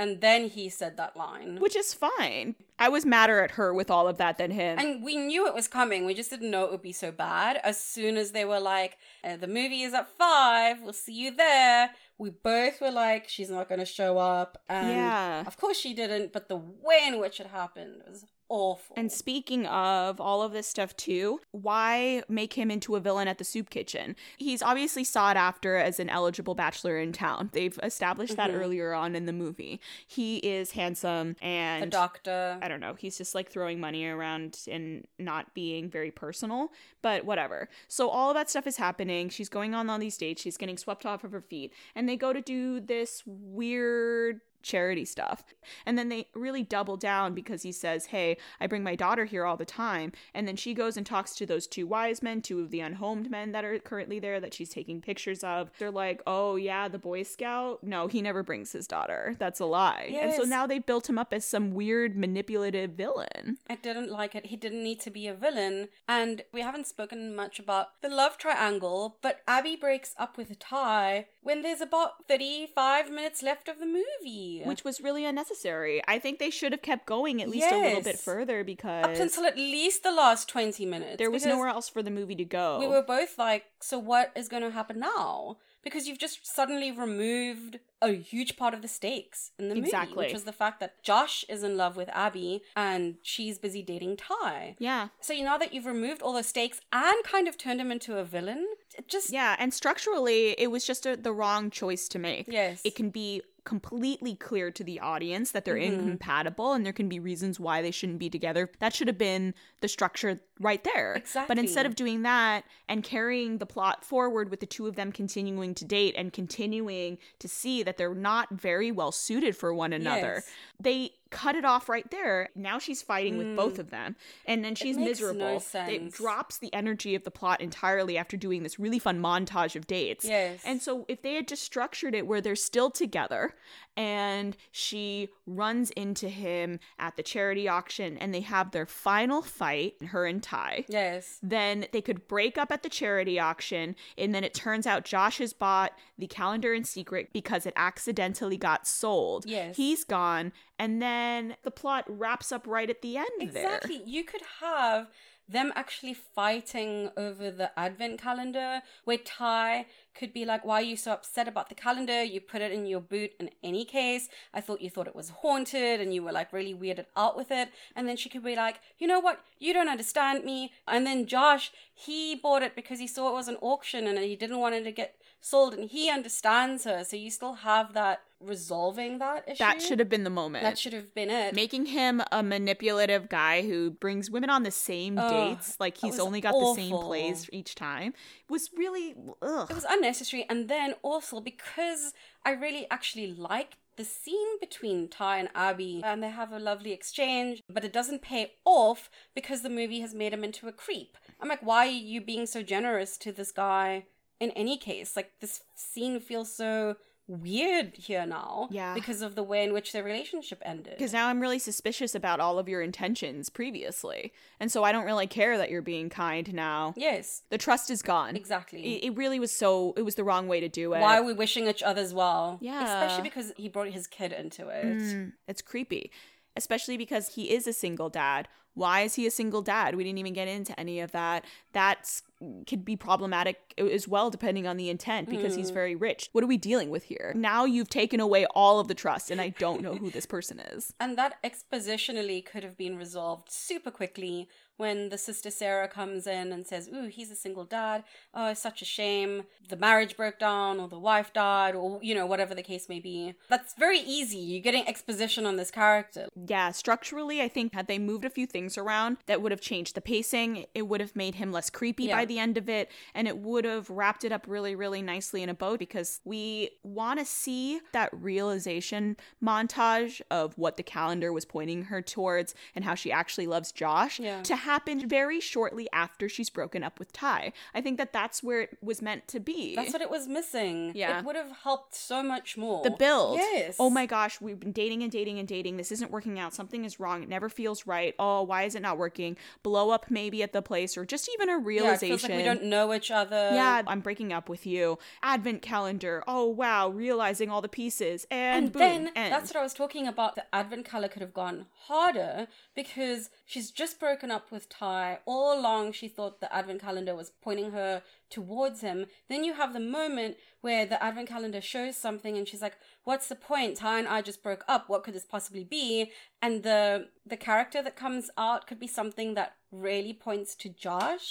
C: And then he said that line.
B: which is fine i was madder at her with all of that than him
C: and we knew it was coming. We just didn't know it would be so bad. As soon as they were like, uh, the movie is at five, we'll see you there. We both were like, she's not going to show up. And
B: Yeah.
C: of course she didn't, but the way in which it happened was awful.
B: And speaking of all of this stuff too, why make him into a villain at the soup kitchen? He's obviously sought after as an eligible bachelor in town. They've established that
C: Mhm.
B: earlier on in the movie. He is handsome
C: a
B: and
C: doctor.
B: I don't know. He's just like throwing money around and not being very personal, but whatever. So all of that stuff is happening. She's going on all these dates. She's getting swept off of her feet. And they go to do this weird charity stuff. And then they really double down because he says, Hey, I bring my daughter here all the time. And then she goes and talks to those two wise men, two of the unhomed men that are currently there that she's taking pictures of. They're like, Oh, yeah, the Boy Scout. No, he never brings his daughter. That's a lie. And so
C: Yes.
B: now they built him up as some weird manipulative villain.
C: I didn't like it. He didn't need to be a villain. And we haven't spoken much about the love triangle, but Abby breaks up with Ty when there's about 35 minutes left of the movie.
B: Which was really unnecessary. I think they should have kept going at least a little
C: Yes.
B: bit further
C: up
B: because
C: until at least the last 20 minutes.
B: there was
C: because
B: nowhere else for the movie to go.
C: We were both like, so what is going to happen now? Because you've just suddenly removed a huge part of the stakes in the movie,
B: Exactly.
C: which was the fact that Josh is in love with Abby and she's busy dating Ty.
B: yeah.
C: So you now that you've removed all those stakes and kind of turned him into a villain, it just
B: Yeah, and structurally, it was just a, the wrong choice to make.
C: Yes.
B: It can be completely clear to the audience that they're
C: Mm-hmm.
B: incompatible and there can be reasons why they shouldn't be together. That should have been the structure right there. But instead
C: Exactly.
B: of doing that and carrying the plot forward with the two of them continuing to date and continuing to see that they're not very well suited for one another,
C: Yes.
B: they cut it off right there. Now she's fighting with both of them. And then she's
C: Mm. makes no
B: miserable. It
C: sense.
B: drops drops the energy of the plot entirely after doing this really fun montage of dates.
C: Yes.
B: And so if they had just structured it where they're still together and she runs into him at the charity auction and they have their final fight, her and Ty.
C: yes.
B: Then they could break up at the charity auction, and then it turns out Josh has bought the calendar in secret because it accidentally got sold.
C: Yes.
B: He's gone, and then the plot wraps up right at the end there.
C: Exactly. You could have them actually fighting over the advent calendar, where Ty could be like, Why are you so upset about the calendar? You put it in your boot in any case. I thought you thought it was haunted and you were like really weirded out with it. And then she could be like, You know what? You don't understand me. And then Josh, he bought it because he saw it was an auction and he didn't want it to get sold and he understands her. So you still have that resolving that issue.
B: That should have been the moment.
C: That should have been it.
B: Making him a manipulative guy who brings women on the same
C: Ugh,
B: dates, like
C: that
B: he's
C: was
B: only got the same
C: awful.
B: plays each time, was really ugh.
C: It was unnecessary. And then also because I really actually liked the scene between Ty and Abby, and they have a lovely exchange, but it doesn't pay off because the movie has made him into a creep. I'm like, why are you being so generous to this guy in any case? Like, this scene feels so weird here now
B: Yeah.
C: because of the way in which their relationship ended.
B: because now I'm really suspicious about all of your intentions previously. And so I don't really care that you're being kind now.
C: Yes,
B: The trust is gone.
C: exactly.
B: It, it really was so, it was the wrong way to do it.
C: why are we wishing each other's well?
B: Yeah.
C: Especially because he brought his kid into it.
B: Mm, it's creepy, especially because he is a single dad. Why is he a single dad? We didn't even get into any of that. That's could be problematic as well, depending on the intent, because he's very rich. What are we dealing with here? Now you've taken away all of the trust, and I don't know who this person is.
C: And that expositionally could have been resolved super quickly when the sister Sarah comes in and says, Ooh, he's a single dad. Oh, it's such a shame. The marriage broke down, or the wife died, or, you know, whatever the case may be. That's very easy. You're getting exposition on this character.
B: Yeah, structurally, I think had they moved a few things around, that would have changed the pacing. It would have made him less creepy
C: Yeah.
B: by the end of it, and it would have wrapped it up really, really nicely in a bow because we want to see that realization montage of what the calendar was pointing her towards and how she actually loves Josh
C: Yeah.
B: to happen very shortly after she's broken up with Ty. I think that that's where it was meant to be.
C: That's what it was missing.
B: Yeah.
C: It would have helped so much more.
B: The build.
C: Yes.
B: Oh my gosh, we've been dating and dating and dating. This isn't working out. Something is wrong. It never feels right. Oh, why is it not working? Blow up maybe at the place or just even a
C: Yeah, it feels
B: realization.
C: like we don't know each other.
B: Yeah, I'm breaking up with you. Advent calendar. Oh wow, realizing all the pieces and,
C: And,
B: boom.
C: then
B: end.
C: that's what I was talking about. The advent color could have gone harder because she's just broken up with Ty. All along, she thought the advent calendar was pointing her towards him. Then you have the moment where the advent calendar shows something, and she's like, "What's the point? Ty and I just broke up. What could this possibly be?" And the the character that comes out could be something that really points to Josh.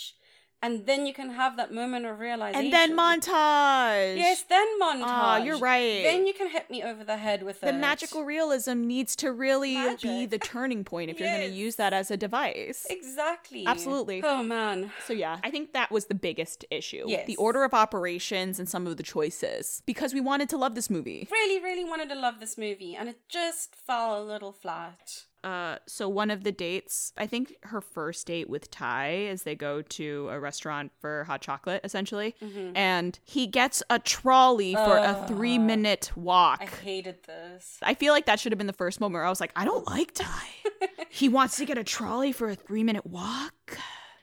C: And then you can have that moment of realization.
B: and then montage.
C: Yes, then montage.
B: Ah, you're right.
C: Then you can hit me over the head with
B: The
C: it.
B: magical realism needs to really be
C: Magic.
B: the turning point if you're going
C: Yes.
B: to use that as a device.
C: Exactly.
B: Absolutely.
C: Oh man.
B: So yeah, I think that was the biggest issue.
C: Yes.
B: The order of operations and some of the choices. Because we wanted to love this movie.
C: Really, really wanted to love this movie, and it just fell a little flat.
B: Uh so one of the dates, I think her first date with Ty is they go to a restaurant for hot chocolate essentially, and he gets a trolley for a 3-minute walk.
C: I hated this.
B: I feel like that should have been the first moment where I was like, I don't like Ty. he wants to get a trolley for a 3-minute walk.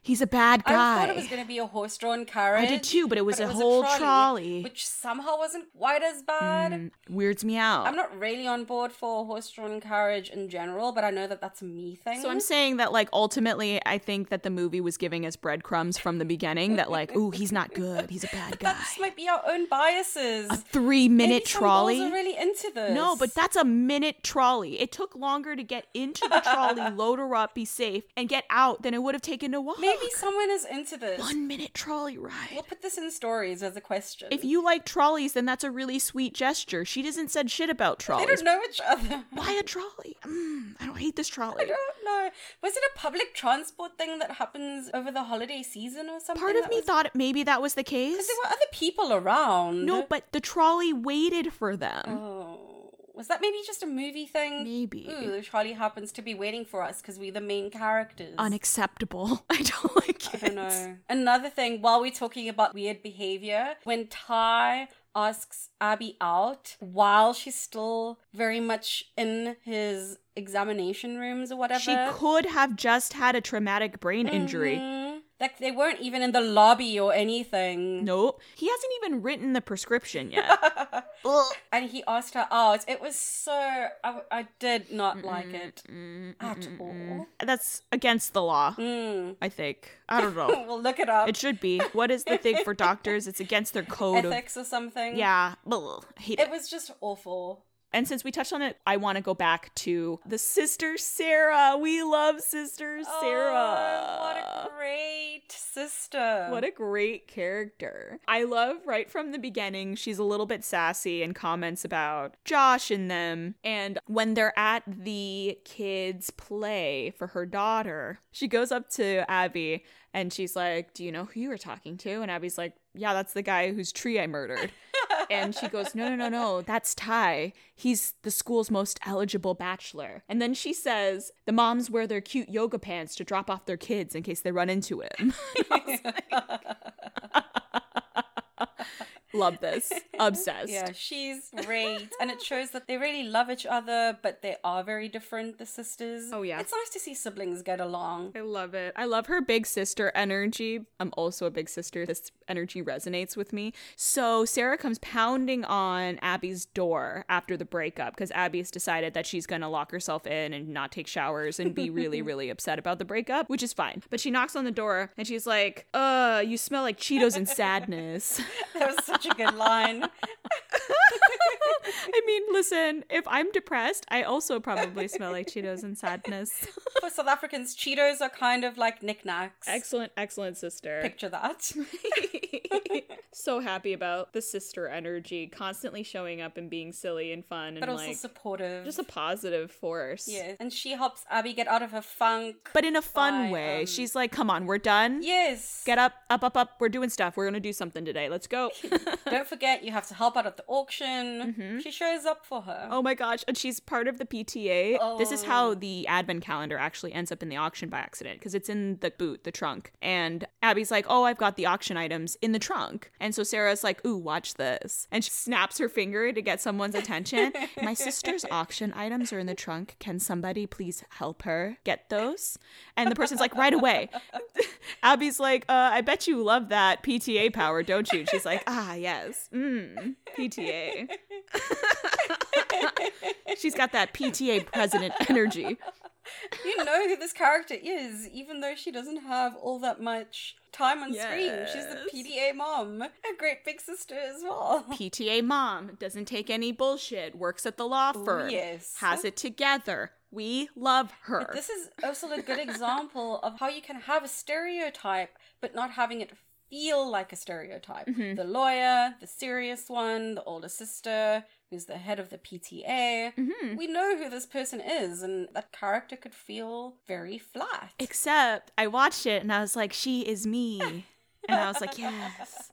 B: He's a bad guy.
C: I thought it was going to be a horse-drawn carriage.
B: I did too, but it was a whole trolley. Mm.
C: which somehow wasn't quite as bad.
B: Weirds me out.
C: I'm not really on board for horse-drawn carriage in general, but I know that that's a me thing.
B: So I'm saying that like ultimately I think that the movie was giving us breadcrumbs from the beginning that like ooh he's not good he's a bad guy
C: This might be our own biases.
B: a 3 minute
C: Maybe some girls
B: trolley
C: Are really into this.
B: No but that's a minute trolley it took longer to get into the trolley load her up be safe and get out than it would have taken to walk
C: maybe someone is into this.
B: 1 minute trolley
C: We'll mm
B: ride
C: put this in stories as a question.
B: If you like trolleys then that's a really sweet gesture she doesn't said shit about
C: they
B: trolleys
C: don't know each other.
B: Why a trolley? Mm, I don't hate this trolley.
C: I don't know. Was it a public transport thing that happens over the holiday season or something?
B: Part of
C: that
B: me
C: was-
B: thought it- maybe that was the case.
C: there were other people around.
B: No, but the trolley waited for them.
C: Oh, was that maybe just a movie thing?
B: Maybe.
C: Ooh, Charlie happens to be waiting for us because we're the main characters.
B: Unacceptable. I don't like
C: I
B: it.
C: don't know. Another thing, while we're talking about weird behavior, when Ty asks Abby out while she's still very much in his examination rooms or whatever. Mm-hmm.
B: She could have just had a traumatic brain injury.
C: Mhm. Like they weren't even in the lobby or anything.
B: Nope. He hasn't even written the prescription yet. Ugh.
C: And he asked her out. It was so. I, I did not like it
B: Mm,
C: at all.
B: That's against the law,
C: Mm.
B: I think. I don't know.
C: we'll look it up.
B: It should be. What is the thing for doctors? It's against their code of
C: Ethics or something.
B: yeah. Ugh, hate it.
C: It was just awful.
B: And since we touched on it, I want to go back to the sister Sarah. We love sister Sarah.
C: Oh, what a great sister.
B: What a great character. I love right from the beginning, she's a little bit sassy and comments about Josh and them. And when they're at the kids' play for her daughter, she goes up to Abby and she's like, Do you know who you were talking to? And Abby's like, Yeah, that's the guy whose tree I murdered. and she goes, No, no, no, no, that's Ty. He's the school's most eligible bachelor. And then she says, The moms wear their cute yoga pants to drop off their kids in case they run into him. Love this. Obsessed.
C: yeah, she's great. and it shows that they really love each other, but they are very different, the sisters.
B: Oh, yeah.
C: It's nice to see siblings get along.
B: I love it. I love her big sister energy. I'm also a big sister. This energy resonates with me. So Sarah comes pounding on Abby's door after the breakup because Abby's decided that she's going to lock herself in and not take showers and be really, really upset about the breakup, which is fine. But she knocks on the door and she's like, uh, you smell like Cheetos and sadness.
C: That was such a good line.
B: I mean, listen, if I'm depressed, I also probably smell like Cheetos and sadness.
C: For South Africans, Cheetos are kind of like knickknacks.
B: Excellent, excellent sister.
C: Picture that.
B: so happy about the sister energy constantly showing up and being silly and fun and
C: But also
B: like
C: supportive.
B: just a positive force.
C: Yes. And she helps Abby get out of her funk.
B: But in a fun
C: By,
B: way.
C: um,
B: She's like, "Come on, we're done.
C: yes.
B: Get up, up, up, up. We're doing stuff. We're going to do something today. Let's go."
C: Don't forget, you have to help out at the auction. She shows up for her.
B: Mm-hmm. oh my gosh, and she's part of the PTA. This is how the advent calendar actually ends up in the auction by accident because it's in the boot, the trunk. And Abby's like, "Oh, I've got the auction items in the trunk." And so Sarah's like, "Ooh, watch this." And she snaps her finger to get someone's attention. my sister's auction items are in the trunk. Can somebody please help her get those? And the person's like, "Right away." Abby's like, uh, "I bet you love that PTA power, don't you?" And she's like, "Ah, yes. Mm, PTA." She's got that PTA president energy.
C: You know who this character is, even though she doesn't have all that much time on screen. She's the
B: Yes.
C: PDA mom, a great big sister as well.
B: PTA mom doesn't take any bullshit, works at the law firm,
C: yes.
B: has it together. We love her.
C: This is also a good example of how you can have a stereotype, but not having it feel like a stereotype.
B: Mm-hmm.
C: The lawyer, the serious one, the older sister, who's the head of the PTA.
B: Mhm.
C: We know who this person is, and that character could feel very flat.
B: Except I watched it and I was like, she is me. And I was like, yes.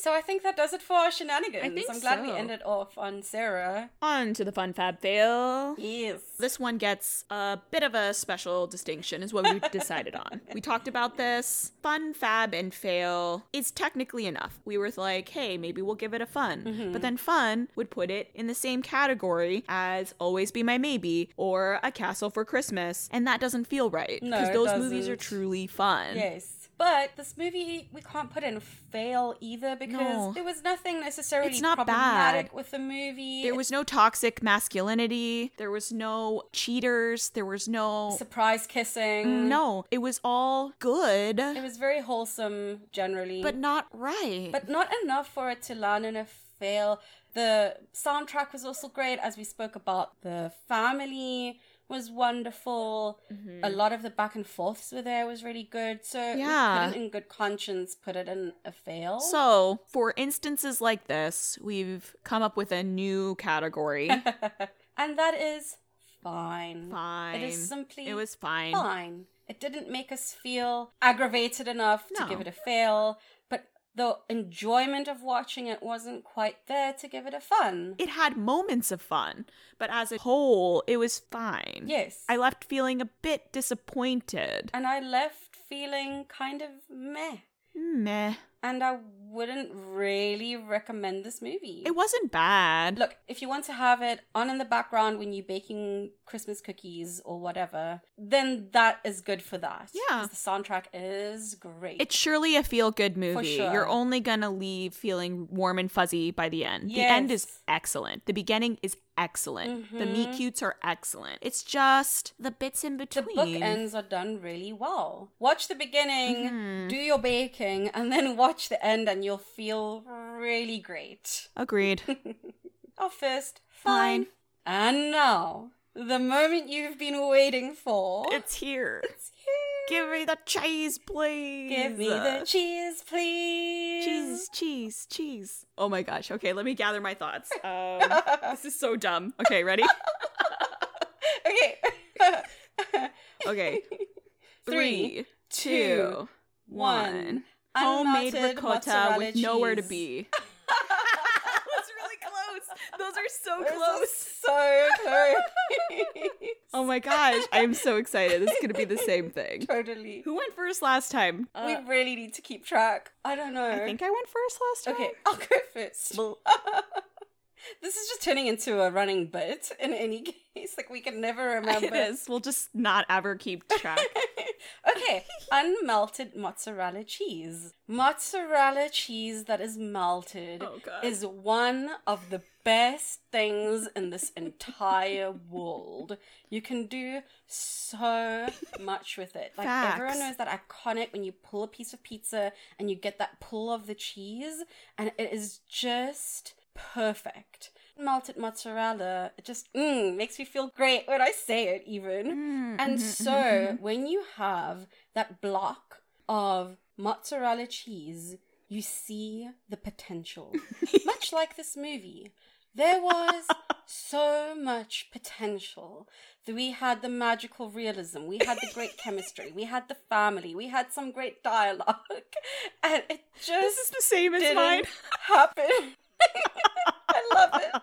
C: so I think that does it for our shenanigans.
B: I think
C: am glad we
B: so.
C: ended off on Sarah.
B: On to the fun fab fail.
C: Yes.
B: This one gets a bit of a special distinction, is what we decided on. We talked about this. Fun, fab, and fail is technically enough. We were like, hey, maybe we'll give it a fun.
C: Mm-hmm.
B: But then fun would put it in the same category as Always Be My Maybe or A Castle for Christmas. And that doesn't feel right.
C: No,
B: Because
C: it
B: those movies
C: doesn't.
B: are truly fun.
C: Yes. But this movie we can't put in fail either because
B: No.
C: there was nothing necessarily
B: It's not
C: problematic
B: bad.
C: with the movie.
B: There was no toxic masculinity. There was no cheaters. There was no.
C: Oh. surprise kissing.
B: Mm. No, it was all good,
C: It was very wholesome generally.
B: but not right.
C: but not enough for it to land in a fail. The soundtrack was also great, as we spoke about. The family was wonderful.
B: Mm-hmm.
C: A lot of the back and forths were there was really good. So
B: Yeah.
C: we couldn't, in good conscience, put it in a fail.
B: So, for instances like this, we've come up with a new category.
C: and that is fine.
B: fine.
C: It is simply
B: It was fine.
C: fine. It didn't make us feel aggravated enough
B: No.
C: to give it a fail, but the enjoyment of watching it wasn't quite there to give it a fun.
B: It had moments of fun, but as a whole, it was fine.
C: yes. Uh,
B: I left feeling a bit disappointed.
C: and I left feeling kind of meh.
B: Meh.
C: and I wouldn't really recommend this movie.
B: It wasn't bad.
C: Look, if you want to have it on in the background when you're baking Christmas cookies or whatever, then that is good for that.
B: Yeah.
C: 'Cause The soundtrack is great.
B: It's surely a feel good movie.
C: sure.
B: You're only going to leave feeling warm and fuzzy by the end. The end is
C: Yes.
B: excellent. The beginning is excellent. The meet
C: Mhm.
B: cutes are excellent. It's just the bits in
C: the
B: between.
C: bookends are done really well. Watch the beginning,
B: Mhm.
C: do your baking, and then watch the end, and you'll feel really great.
B: Agreed.
C: Our first,
B: Fine.
C: fine. And now, the moment you've been waiting for.
B: It's here.
C: It's here.
B: Give me the cheese, please.
C: Give me the cheese, please.
B: cheese, cheese, cheese. Oh my gosh. Okay, let me gather my thoughts. Um, this is so dumb. Okay, ready?
C: okay.
B: Okay.
C: Three,
B: Three,
C: two,
B: two, one.
C: one.
B: Homemade
C: Unmelted
B: ricotta
C: mozzarella
B: with nowhere to
C: cheese.
B: be. That's really close. Those are so
C: This is
B: close.
C: So close.
B: Oh my gosh. I am so excited. This is going to be the same thing.
C: totally.
B: Who went first last time? Uh,
C: we really need to keep track. I don't know.
B: I think I went first last time.
C: Okay, I'll go first.
B: Well,
C: This is just turning into a running bit in any case. Like, we can never remember.
B: it is. We'll just not ever keep track.
C: okay, unmelted mozzarella cheese. Mozzarella cheese that is melted
B: Oh, God.
C: is one of the best things in this entire world. You can do so much with it. Like everyone
B: Facts.
C: knows that iconic when you pull a piece of pizza and you get that pull of the cheese, and it is just perfect. Melted mozzarella, it just mm, makes me feel great when I say it, even.
B: Mm. Hmm. Mm-hmm,
C: And so, when you have that block of mozzarella cheese, you see the potential. much like this movie, there was so much potential. We had the magical realism, we had the great chemistry, we had the family, we had some great dialogue, and it
B: This
C: just
B: is the same as
C: didn't
B: mine.
C: happen. I love it.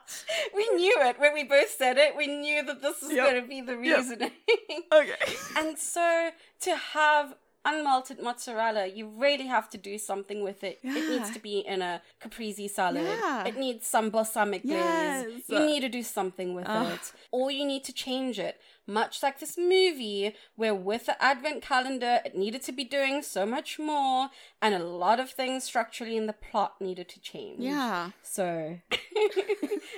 C: We knew it when we both said it. We knew that this was
B: Yep.
C: going to be the
B: Yep.
C: reasoning.
B: Okay.
C: And so to have unmelted mozzarella, you really have to do something with it. It needs
B: Yeah.
C: to be in a caprese salad.
B: Yeah.
C: It needs some balsamic glaze.
B: Yes.
C: You need to do something with
B: Ugh.
C: it. Or you need to change it. Much like this movie, where with the advent calendar, it needed to be doing so much more, and a lot of things structurally in the plot needed to change.
B: Yeah.
C: So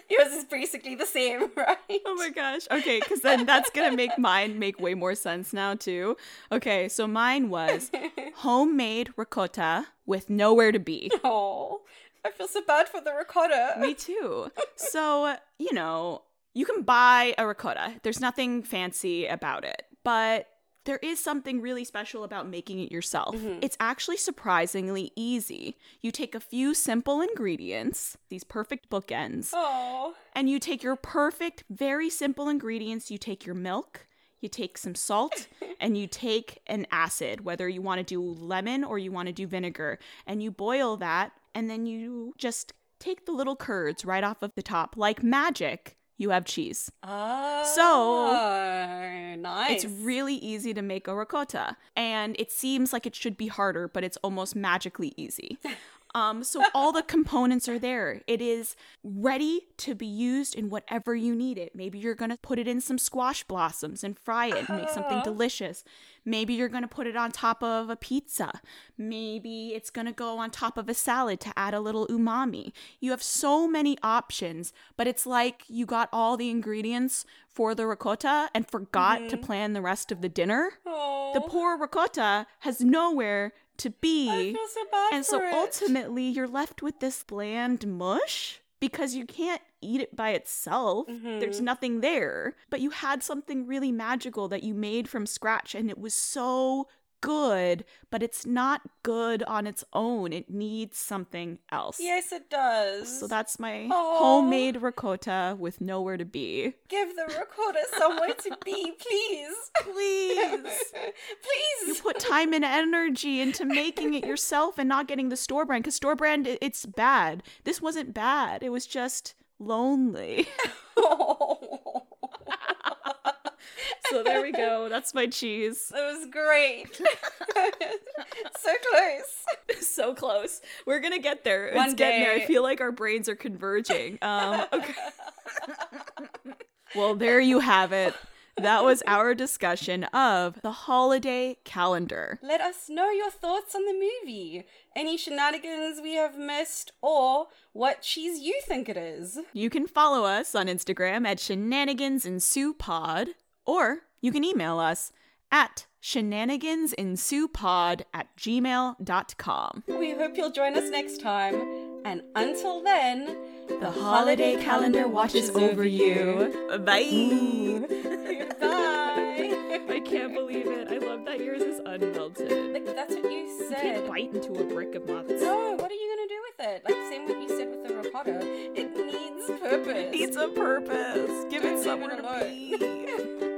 C: yours is basically the same, right?
B: Oh my gosh. Okay, because then that's going to make mine make way more sense now, too. Okay, so mine was homemade ricotta with nowhere to be.
C: Oh, I feel so bad for the ricotta.
B: Me too. So, you know, you can buy a ricotta, there's nothing fancy about it, but there is something really special about making it yourself. It's actually surprisingly easy. You take a few simple ingredients, these perfect bookends,
C: Oh,
B: and you take your perfect, very simple ingredients. You take your milk, you take some salt, and you take an acid, whether you want to do lemon or you want to do vinegar, and you boil that, and then you just take the little curds right off of the top. Like magic, you have cheese.
C: oh, nice.
B: It's really easy to make a ricotta, and it seems like it should be harder, but it's almost magically easy. Um, so all the components are there. It is ready to be used in whatever you need it. Maybe you're gonna put it in some squash blossoms and fry it and make something
C: Oh.
B: delicious. Maybe you're gonna put it on top of a pizza. Maybe it's gonna go on top of a salad to add a little umami. You have so many options, but it's like you got all the ingredients for the ricotta and forgot
C: Mm-hmm.
B: to plan the rest of the dinner.
C: oh,
B: The poor ricotta has nowhere to be.
C: I feel so bad
B: And so
C: for it.
B: ultimately, you're left with this bland mush because you can't eat it by itself.
C: Mm-hmm.
B: There's nothing there. But you had something really magical that you made from scratch, and it was so good, but it's not good on its own. It needs something else.
C: yes, it does.
B: So that's my
C: Aw.
B: homemade ricotta with nowhere to be.
C: give the recorder somewhere to be, please,
B: Please.
C: please.
B: you put time and energy into making it yourself and not getting the store brand because store brand i- it's bad this wasn't bad it was just lonely
C: Oh.
B: so there we go that's my cheese
C: That was great. so close.
B: so so close. We're gonna get there.
C: One
B: it's getting there. I
C: day.
B: feel like our brains are converging. Um, okay. well, there you have it. That was our discussion of the holiday calendar.
C: Let us know your thoughts on the movie. Any shenanigans we have missed, or what cheese you think it is.
B: You can follow us on Instagram at shenanigans and Sue Pod, or you can email us at shenanigans and Sue Pod at gmail.com.
C: We hope you'll join us next time. And until then,
B: The holiday calendar watches over you. Bye.
C: Bye.
B: I can't believe it. I love that yours is unmelted.
C: Like, that's what you
B: You can't
C: said.
B: bite into a brick of mozzarella.
C: No, what are you gonna do with it? Like same what you said with the ricotta. It needs purpose.
B: It needs a purpose. Give
C: Don't leave
B: it
C: it
B: somewhere to
C: alone.
B: be.